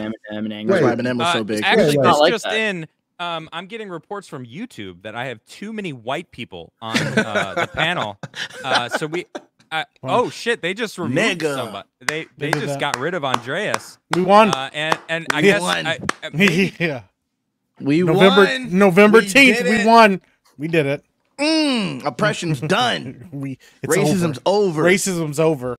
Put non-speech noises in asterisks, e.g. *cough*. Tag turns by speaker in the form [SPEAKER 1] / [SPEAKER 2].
[SPEAKER 1] Eminem and That's why
[SPEAKER 2] Right.
[SPEAKER 1] Eminem was
[SPEAKER 3] Uh,
[SPEAKER 1] so big.
[SPEAKER 3] Actually,
[SPEAKER 2] Yeah,
[SPEAKER 3] this
[SPEAKER 1] like
[SPEAKER 3] just
[SPEAKER 1] that.
[SPEAKER 3] in. Um, I'm getting reports from YouTube that I have too many white people on uh, the panel. Uh, so we, I,
[SPEAKER 4] Wow.
[SPEAKER 3] oh shit, they just removed
[SPEAKER 1] Nigga.
[SPEAKER 3] somebody. They they
[SPEAKER 4] did
[SPEAKER 3] just
[SPEAKER 4] that.
[SPEAKER 3] got rid of Andreas.
[SPEAKER 4] We won.
[SPEAKER 3] Uh, and and I
[SPEAKER 1] We
[SPEAKER 3] guess
[SPEAKER 1] won.
[SPEAKER 3] I, I- maybe
[SPEAKER 4] *laughs* yeah.
[SPEAKER 1] we
[SPEAKER 4] November
[SPEAKER 1] won.
[SPEAKER 4] November
[SPEAKER 1] We did
[SPEAKER 4] tenth. We
[SPEAKER 1] it.
[SPEAKER 4] won. We did it. *laughs*
[SPEAKER 1] Mm, oppression's done.
[SPEAKER 4] We it's
[SPEAKER 1] Racism's over.
[SPEAKER 4] over. Racism's over.